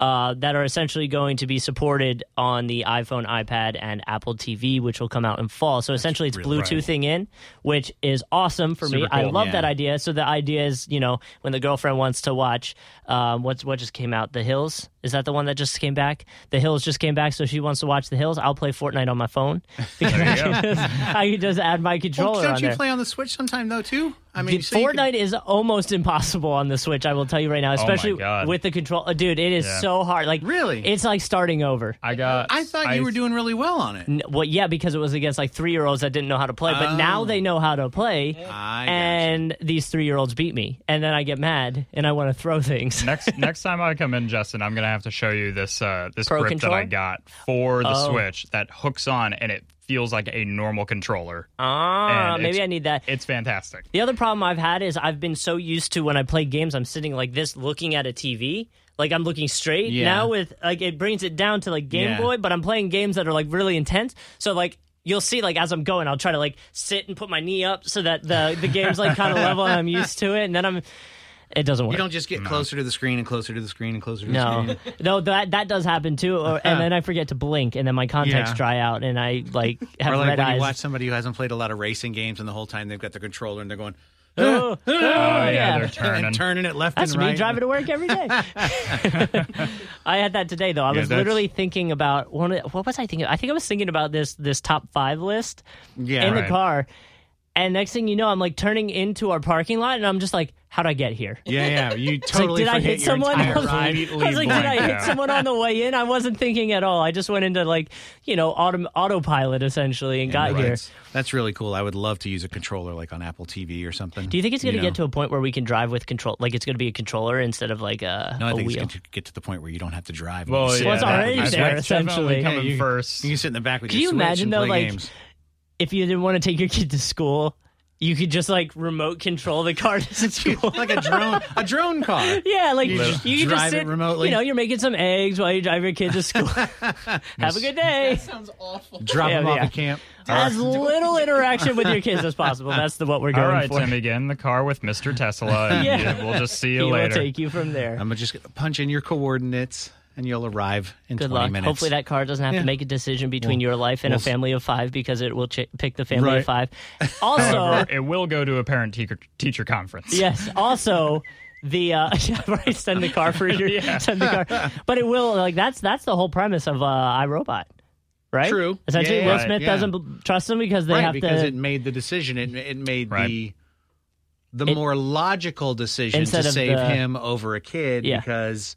Speaker 1: uh, that are essentially going to be supported on the iPhone, iPad, and Apple TV, which will come out in fall. So essentially, it's Bluetoothing in, which is awesome for me.
Speaker 3: Super
Speaker 1: I
Speaker 3: cool.
Speaker 1: love
Speaker 2: Yeah.
Speaker 1: that idea. So the idea is, you know, when the girlfriend wants to watch um, what's what just came out, The Hills. Is that the one that just came back? The Hills just came back, so she wants to watch The Hills. I'll play Fortnite on my phone because I, can just, I can just add my controller
Speaker 2: Well,
Speaker 1: on
Speaker 2: don't you
Speaker 1: there.
Speaker 2: play on the Switch sometime though too? I mean,
Speaker 1: Dude,
Speaker 2: so you could-
Speaker 1: Fortnite is almost impossible on the Switch. I will tell you right now,
Speaker 3: Oh my
Speaker 1: especially
Speaker 3: God.
Speaker 1: with the control. uh, Dude, it is
Speaker 3: Yeah.
Speaker 1: so hard. Like
Speaker 2: Really?
Speaker 1: it's like starting over.
Speaker 3: I got.
Speaker 2: I thought you were doing really well on it.
Speaker 1: N- Well, yeah, because it was against like three year olds that didn't know how to play, but now
Speaker 2: Oh.
Speaker 1: they know how to play.
Speaker 2: I gotcha.
Speaker 1: and these three year olds beat me, and then I get mad and I want to throw things.
Speaker 3: next next time I come in, Justin, I'm gonna have to show you this uh, this
Speaker 1: Pro
Speaker 3: grip
Speaker 1: control?
Speaker 3: that I got for the
Speaker 1: Oh.
Speaker 3: Switch that hooks on and it feels like a normal controller.
Speaker 1: Ah,
Speaker 3: And
Speaker 1: maybe
Speaker 3: it's-
Speaker 1: I need that.
Speaker 3: It's fantastic.
Speaker 1: The other problem I've had is I've been so used to when I play games, I'm sitting like this, looking at a TV, like I'm looking straight.
Speaker 2: Yeah.
Speaker 1: Now with like it brings it down to like Game
Speaker 2: Yeah.
Speaker 1: Boy, but I'm playing games that are like really intense. So like you'll see like as I'm going, I'll try to like sit and put my knee up so that the the game's like kind of level and I'm used to it, and then I'm it doesn't work.
Speaker 2: You don't just get closer to the screen and closer to the screen and closer to the
Speaker 1: no,
Speaker 2: screen.
Speaker 1: no, that that does happen too, or, and then I forget to blink, and then my contacts
Speaker 2: Yeah.
Speaker 1: dry out, and I like have
Speaker 2: Or like
Speaker 1: red
Speaker 2: when
Speaker 1: eyes.
Speaker 2: you watch somebody who hasn't played a lot of racing games and the whole time they've got their controller and they're going
Speaker 1: oh, oh,
Speaker 3: Oh yeah,
Speaker 1: yeah.
Speaker 3: they're turning.
Speaker 2: and turning it left
Speaker 1: That's
Speaker 2: and
Speaker 1: me
Speaker 2: right.
Speaker 1: driving to work every day. I had that today though. I was
Speaker 2: that's-
Speaker 1: literally thinking about one. Of, what was I thinking? I think I was thinking about this this top five list
Speaker 2: yeah,
Speaker 1: in
Speaker 2: right.
Speaker 1: the car. And next thing you know, I'm like turning into our parking lot, and I'm just like, "How did I get here?"
Speaker 2: yeah, yeah. You
Speaker 1: It's
Speaker 2: totally
Speaker 1: like, did I
Speaker 2: forget
Speaker 1: hit
Speaker 2: your
Speaker 1: someone?
Speaker 2: entire
Speaker 1: I was,
Speaker 2: ride.
Speaker 1: I was like, did I
Speaker 3: blank
Speaker 1: hit
Speaker 3: out.
Speaker 1: someone on the way in? I wasn't thinking at all. I just went into like, you know, autom- autopilot essentially, and got
Speaker 2: Right.
Speaker 1: here.
Speaker 2: That's really cool. I would love to use a controller like on Apple TV or something.
Speaker 1: Do you think it's going to
Speaker 2: know?
Speaker 1: get to a point where we can drive with control? Like it's going to be a controller instead of like a,
Speaker 2: No, I
Speaker 1: a
Speaker 2: think it's
Speaker 1: wheel?
Speaker 2: going to get to the point where you don't have to drive.
Speaker 3: Well,
Speaker 2: you
Speaker 3: yeah,
Speaker 1: Well, it's
Speaker 3: that-
Speaker 1: already
Speaker 3: that's
Speaker 1: there,
Speaker 3: definitely
Speaker 1: essentially.
Speaker 3: coming
Speaker 2: Yeah, you-
Speaker 3: first.
Speaker 2: You can sit in the back with
Speaker 1: Can
Speaker 2: your
Speaker 1: you
Speaker 2: Switch
Speaker 1: imagine,
Speaker 2: and
Speaker 1: though,
Speaker 2: play
Speaker 1: like-
Speaker 2: games.
Speaker 1: if you didn't want to take your kid to school You could just like remote control the car since you want.
Speaker 2: like a drone, a drone car.
Speaker 1: Yeah, like
Speaker 2: You
Speaker 1: you,
Speaker 2: just
Speaker 1: could
Speaker 2: drive
Speaker 1: just sit
Speaker 2: it remotely?
Speaker 1: You know, you're making some eggs while you drive your kid to school. Have a good day.
Speaker 4: Sounds awful.
Speaker 2: Drop
Speaker 1: Yeah,
Speaker 2: them off
Speaker 1: yeah.
Speaker 2: at camp.
Speaker 1: As little interaction with your kids as possible. That's the what we're going
Speaker 3: All right,
Speaker 1: for.
Speaker 3: Timmy, get in the car with Mr. Tesla, and
Speaker 1: Yeah.
Speaker 3: yeah, we'll just see
Speaker 1: He
Speaker 3: you
Speaker 1: will
Speaker 3: later.
Speaker 1: take you from there.
Speaker 2: I'm just gonna punch in your coordinates, and you'll arrive in
Speaker 1: Good
Speaker 2: 20
Speaker 1: luck.
Speaker 2: minutes.
Speaker 1: Hopefully, that car doesn't have
Speaker 2: Yeah.
Speaker 1: to make a decision between your life and
Speaker 2: we'll
Speaker 1: a
Speaker 2: s-
Speaker 1: family of five because it will ch- pick the family of
Speaker 2: Right.
Speaker 1: five. Also,
Speaker 2: Oh.
Speaker 3: However, it will go to a parent teacher teacher conference.
Speaker 1: yes. Also, the uh, yeah, right. Send the car for your send the car, but it will like that's that's the whole premise of uh, iRobot, right?
Speaker 2: True.
Speaker 1: Essentially,
Speaker 2: Yeah,
Speaker 1: Will
Speaker 2: yeah,
Speaker 1: Smith
Speaker 2: yeah.
Speaker 1: doesn't b- trust them because they
Speaker 2: right,
Speaker 1: have
Speaker 2: because
Speaker 1: to
Speaker 2: it made the decision. It it made
Speaker 3: Right.
Speaker 2: the the
Speaker 1: It-
Speaker 2: more logical decision
Speaker 1: Instead
Speaker 2: to
Speaker 1: of
Speaker 2: save
Speaker 1: the-
Speaker 2: him over a kid
Speaker 1: Yeah.
Speaker 2: because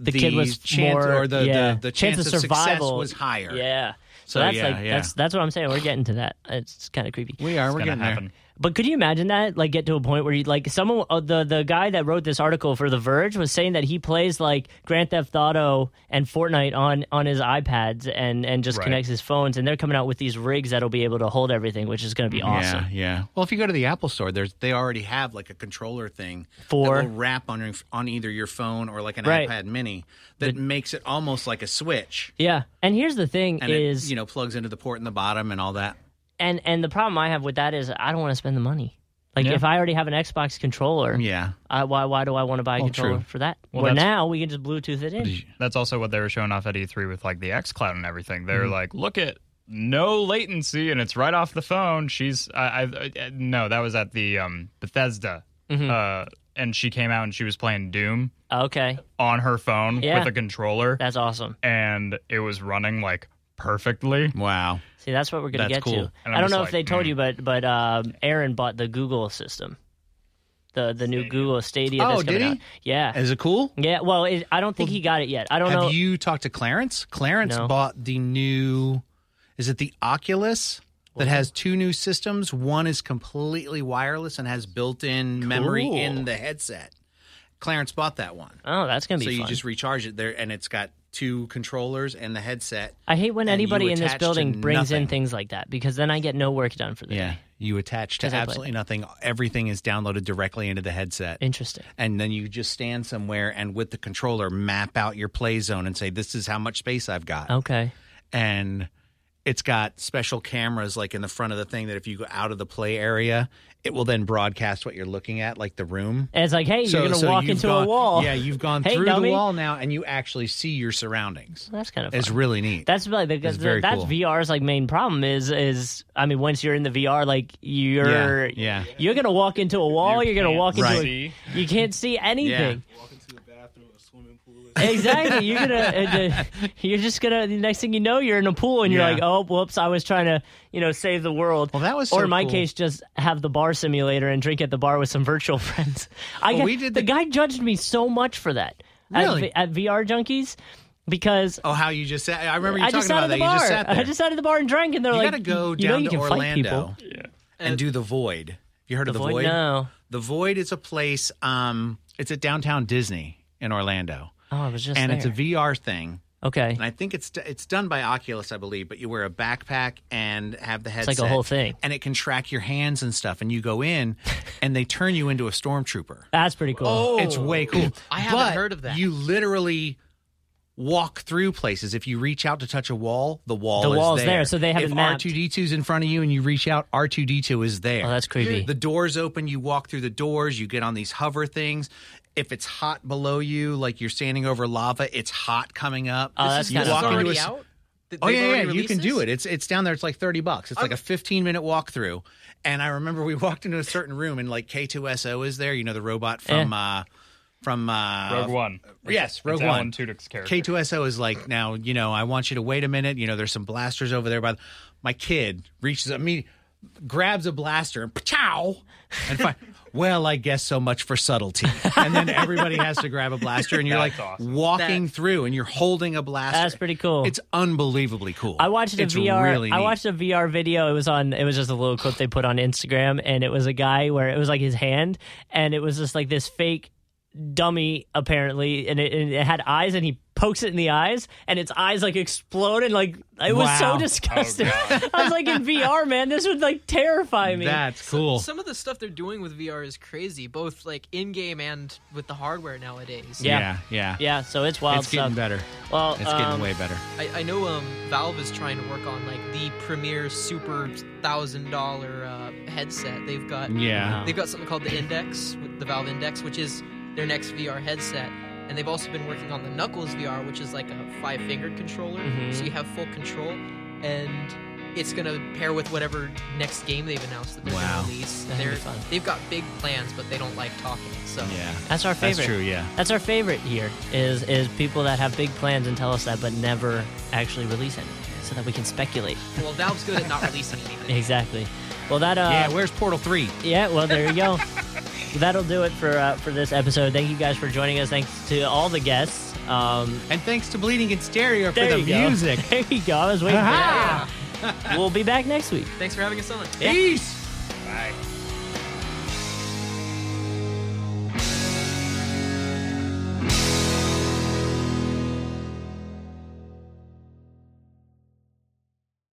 Speaker 1: the, kid was
Speaker 2: chance
Speaker 1: more
Speaker 2: or the,
Speaker 1: yeah,
Speaker 2: the, the chance,
Speaker 1: of,
Speaker 2: of, success
Speaker 1: survival
Speaker 2: was higher.
Speaker 1: Yeah. So,
Speaker 2: So,
Speaker 1: that's
Speaker 2: yeah,
Speaker 1: like
Speaker 2: yeah.
Speaker 1: that's that's what I'm saying. We're getting to that. It's kind of creepy.
Speaker 2: We are.
Speaker 3: It's
Speaker 2: We're
Speaker 3: gonna
Speaker 2: getting there.
Speaker 3: happen.
Speaker 1: But could you imagine that? Like, get to a point where you like someone, uh, the the guy that wrote this article for The Verge was saying that he plays like Grand Theft Auto and Fortnite on on his iPads and and just
Speaker 3: Right.
Speaker 1: connects his phones, and they're coming out with these rigs that'll be able to hold everything, which is going to be awesome.
Speaker 2: Yeah, yeah. Well, if you go to the Apple Store, there's they already have like a controller thing
Speaker 1: For-
Speaker 2: that will wrap on your, on either your phone or like an
Speaker 1: Right.
Speaker 2: iPad Mini that makes it almost like a switch,
Speaker 1: Yeah. And here's the thing
Speaker 2: and
Speaker 1: is,
Speaker 2: it you know plugs into the port in the bottom and all that.
Speaker 1: and and the problem I have with that is I don't want to spend the money. Like,
Speaker 3: Yeah.
Speaker 1: if I already have an Xbox controller,
Speaker 2: Yeah,
Speaker 1: I, why why do I want to buy a
Speaker 2: Well,
Speaker 1: controller
Speaker 2: true.
Speaker 1: for that?
Speaker 3: Well,
Speaker 1: Where
Speaker 3: that's-
Speaker 1: now we can just Bluetooth it in.
Speaker 3: That's also what they were showing off at E3 with like the X Cloud and everything.
Speaker 2: Mm-hmm.
Speaker 3: They're like, look at no latency, and it's right off the phone. She's I, I, I no, that was at the um, Bethesda,
Speaker 2: Mm-hmm.
Speaker 3: uh, and she came out and she was playing Doom
Speaker 1: Okay,
Speaker 3: on her phone
Speaker 1: Yeah.
Speaker 3: with a controller,
Speaker 1: that's awesome.
Speaker 3: and it was running like perfectly.
Speaker 2: wow.
Speaker 1: See, that's what we're going to get
Speaker 2: That's cool.
Speaker 1: to. I
Speaker 3: And I'm
Speaker 1: don't
Speaker 3: just
Speaker 1: know if
Speaker 3: like,
Speaker 1: they told
Speaker 3: mm.
Speaker 1: you, but but um, Aaron bought the Google system, the the new Google Stadia.
Speaker 2: Oh,
Speaker 1: that's coming
Speaker 2: did he?
Speaker 1: Out. Yeah,
Speaker 2: Is it cool?
Speaker 1: yeah. Well, it, I don't think he got it yet. I don't
Speaker 2: Have
Speaker 1: know.
Speaker 2: you talked to Clarence? Clarence
Speaker 1: No.
Speaker 2: bought the new. Is it the Oculus that has two new systems? One is completely wireless and has built-in memory
Speaker 5: Cool.
Speaker 2: in the headset. Clarence bought that one.
Speaker 1: oh, that's going to
Speaker 2: so
Speaker 1: be
Speaker 2: you
Speaker 1: fun.
Speaker 2: just recharge it there and it's got two controllers and the headset
Speaker 1: I hate when
Speaker 2: and
Speaker 1: anybody
Speaker 2: you
Speaker 1: in this
Speaker 2: attach to
Speaker 1: building brings in
Speaker 2: nothing.
Speaker 1: things like that because then I get no work done for the day.
Speaker 2: you attach to
Speaker 1: 'Cause I played
Speaker 2: absolutely nothing everything is downloaded directly into the headset
Speaker 1: Interesting.
Speaker 2: and then you just stand somewhere and with the controller map out your play zone and say this is how much space i've got
Speaker 1: Okay.
Speaker 2: and it's got special cameras like in the front of the thing that if you go out of the play area it will then broadcast what you're looking at like the room
Speaker 1: And it's like, hey, you're going to walk
Speaker 2: you've
Speaker 1: into
Speaker 2: gone-
Speaker 1: a wall.
Speaker 2: yeah you've gone
Speaker 1: Hey,
Speaker 2: through
Speaker 1: dummy.
Speaker 2: the wall now and you actually see your surroundings
Speaker 1: That's kind of fun.
Speaker 2: it's really neat
Speaker 1: That's really because
Speaker 2: It's very
Speaker 1: that's
Speaker 2: cool.
Speaker 1: VR's like main problem is is I mean once you're in the VR like you're
Speaker 2: Yeah, yeah.
Speaker 1: you're gonna walk into a wall you're gonna
Speaker 3: can't
Speaker 1: walk into
Speaker 3: see.
Speaker 1: a, you can't see anything
Speaker 5: Walk into the bathroom, a swimming pool.
Speaker 1: exactly you're gonna uh, uh, you're just gonna the next thing you know you're in a pool and you're
Speaker 2: Yeah.
Speaker 1: like oh whoops I was trying to you know save the world
Speaker 2: Well, that was
Speaker 1: or
Speaker 2: so
Speaker 1: in my
Speaker 2: cool.
Speaker 1: case just have the bar simulator and drink at the bar with some virtual friends I
Speaker 2: Well,
Speaker 1: got-
Speaker 2: we did
Speaker 1: the,
Speaker 2: the-
Speaker 1: guy judged me so much for that at
Speaker 2: Really?
Speaker 1: V- at VR junkies because
Speaker 2: Oh, how you just sat. I remember you
Speaker 1: I just
Speaker 2: talking
Speaker 1: sat
Speaker 2: about
Speaker 1: at the
Speaker 2: that.
Speaker 1: bar.
Speaker 2: You just sat there.
Speaker 1: I just sat at the bar and drank, and they're
Speaker 2: you
Speaker 1: like,
Speaker 2: got to go
Speaker 1: "You-
Speaker 2: down
Speaker 1: you know
Speaker 2: to
Speaker 1: you can fight
Speaker 2: Orlando
Speaker 1: people."
Speaker 2: and do the Void. Have you heard
Speaker 1: The
Speaker 2: of the
Speaker 1: Void?
Speaker 2: Void?
Speaker 1: No.
Speaker 2: The Void is a place. Um, it's at downtown Disney in Orlando,
Speaker 1: Oh, I was just
Speaker 2: and
Speaker 1: there.
Speaker 2: it's a VR thing.
Speaker 1: okay.
Speaker 2: And I think it's it's done by Oculus, I believe. But you wear a backpack and have the
Speaker 1: like
Speaker 2: headset.
Speaker 1: a whole thing.
Speaker 2: and it can track your hands and stuff. And you go in, and they turn you into a stormtrooper.
Speaker 1: That's pretty cool.
Speaker 2: It's way cool.
Speaker 4: I haven't
Speaker 2: But
Speaker 4: heard of Oh. that.
Speaker 2: You literally walk through places. If you reach out to touch a wall, the wall
Speaker 1: The
Speaker 2: is
Speaker 1: wall's
Speaker 2: there.
Speaker 1: there, so they have
Speaker 2: if
Speaker 1: it mapped.
Speaker 2: R2D2's in front of you and you reach out, R2D2 is there.
Speaker 1: Oh, that's creepy.
Speaker 2: The doors open, you walk through the doors, you get on these hover things. If it's hot below you, like you're standing over lava, it's hot coming up.
Speaker 1: Oh, that's
Speaker 2: you
Speaker 1: kinda
Speaker 2: walk
Speaker 1: cool.
Speaker 2: into a
Speaker 4: already
Speaker 2: s-
Speaker 4: out. Th-
Speaker 2: Oh
Speaker 4: they've
Speaker 2: yeah, yeah,
Speaker 4: already Oh.
Speaker 2: you can
Speaker 4: released
Speaker 2: do
Speaker 4: this?
Speaker 2: it. It's it's down there. It's like thirty bucks. It's like a fifteen minute walkthrough. And I remember we walked into a certain room and like K two S O is there. You know the robot
Speaker 4: Eh.
Speaker 2: from uh from uh
Speaker 3: Rogue One.
Speaker 2: Yes,
Speaker 3: It's
Speaker 2: Rogue
Speaker 3: Alan
Speaker 2: One.
Speaker 3: Tudyk's character.
Speaker 2: K two S O is like now. You know I want you to wait a minute. You know there's some blasters over there. By the, my kid reaches up, me grabs a blaster and pow and fi- well i guess so much for subtlety and then everybody has to grab a blaster and you're
Speaker 3: That's
Speaker 2: like
Speaker 3: awesome.
Speaker 2: walking through and you're holding a blaster
Speaker 1: That's pretty cool.
Speaker 2: it's unbelievably cool
Speaker 1: I watched a
Speaker 2: It's
Speaker 1: VR.
Speaker 2: really
Speaker 1: I
Speaker 2: neat.
Speaker 1: watched a VR video. It was on. It was just a little clip they put on Instagram, and it was a guy where it was like his hand, and it was just like this fake dummy apparently, and it, and it had eyes, and he. pokes it in the eyes, and its eyes like explode, and like it was
Speaker 2: Wow.
Speaker 1: so
Speaker 2: Oh,
Speaker 1: disgusting. I was like, in VR, man, this would like terrify me.
Speaker 2: That's cool.
Speaker 4: Some of the stuff they're doing with VR is crazy, both like in game and with the hardware nowadays.
Speaker 1: Yeah.
Speaker 2: yeah.
Speaker 1: yeah, so it's wild
Speaker 2: it's getting
Speaker 1: stuff.
Speaker 2: better.
Speaker 1: Well,
Speaker 2: It's
Speaker 1: um,
Speaker 2: getting way better.
Speaker 4: I, I know um, Valve is trying to work on like the premier super thousand dollar uh, headset. They've got
Speaker 2: Yeah.
Speaker 4: they've got something called the Index, with the Valve Index, which is their next VR headset. And they've also been working on the Knuckles VR, which is like a five fingered controller,
Speaker 1: Mhm.
Speaker 4: so you have full control, and it's gonna pair with whatever next game they've announced that they're
Speaker 2: Wow.
Speaker 4: gonna release.
Speaker 1: That'd be
Speaker 4: They're,
Speaker 1: fun.
Speaker 4: they've got big plans, but they don't like talking. So
Speaker 2: Yeah.
Speaker 1: That's our favorite.
Speaker 2: That's true, yeah.
Speaker 1: That's our favorite here is is people that have big plans and tell us that but never actually release it so that we can speculate.
Speaker 4: well, Valve's good at not releasing anything.
Speaker 1: Exactly. Well, that uh
Speaker 2: yeah, where's Portal 3?
Speaker 1: yeah, well there you go. That'll do it for uh, for this episode. Thank you guys for joining us. Thanks to all the guests. Um
Speaker 2: And thanks to Bleeding in Stereo for
Speaker 1: there
Speaker 2: the
Speaker 1: you go.
Speaker 2: music.
Speaker 1: There you go. I was waiting for that. We'll be back next week.
Speaker 4: Thanks for having us on.
Speaker 2: Peace.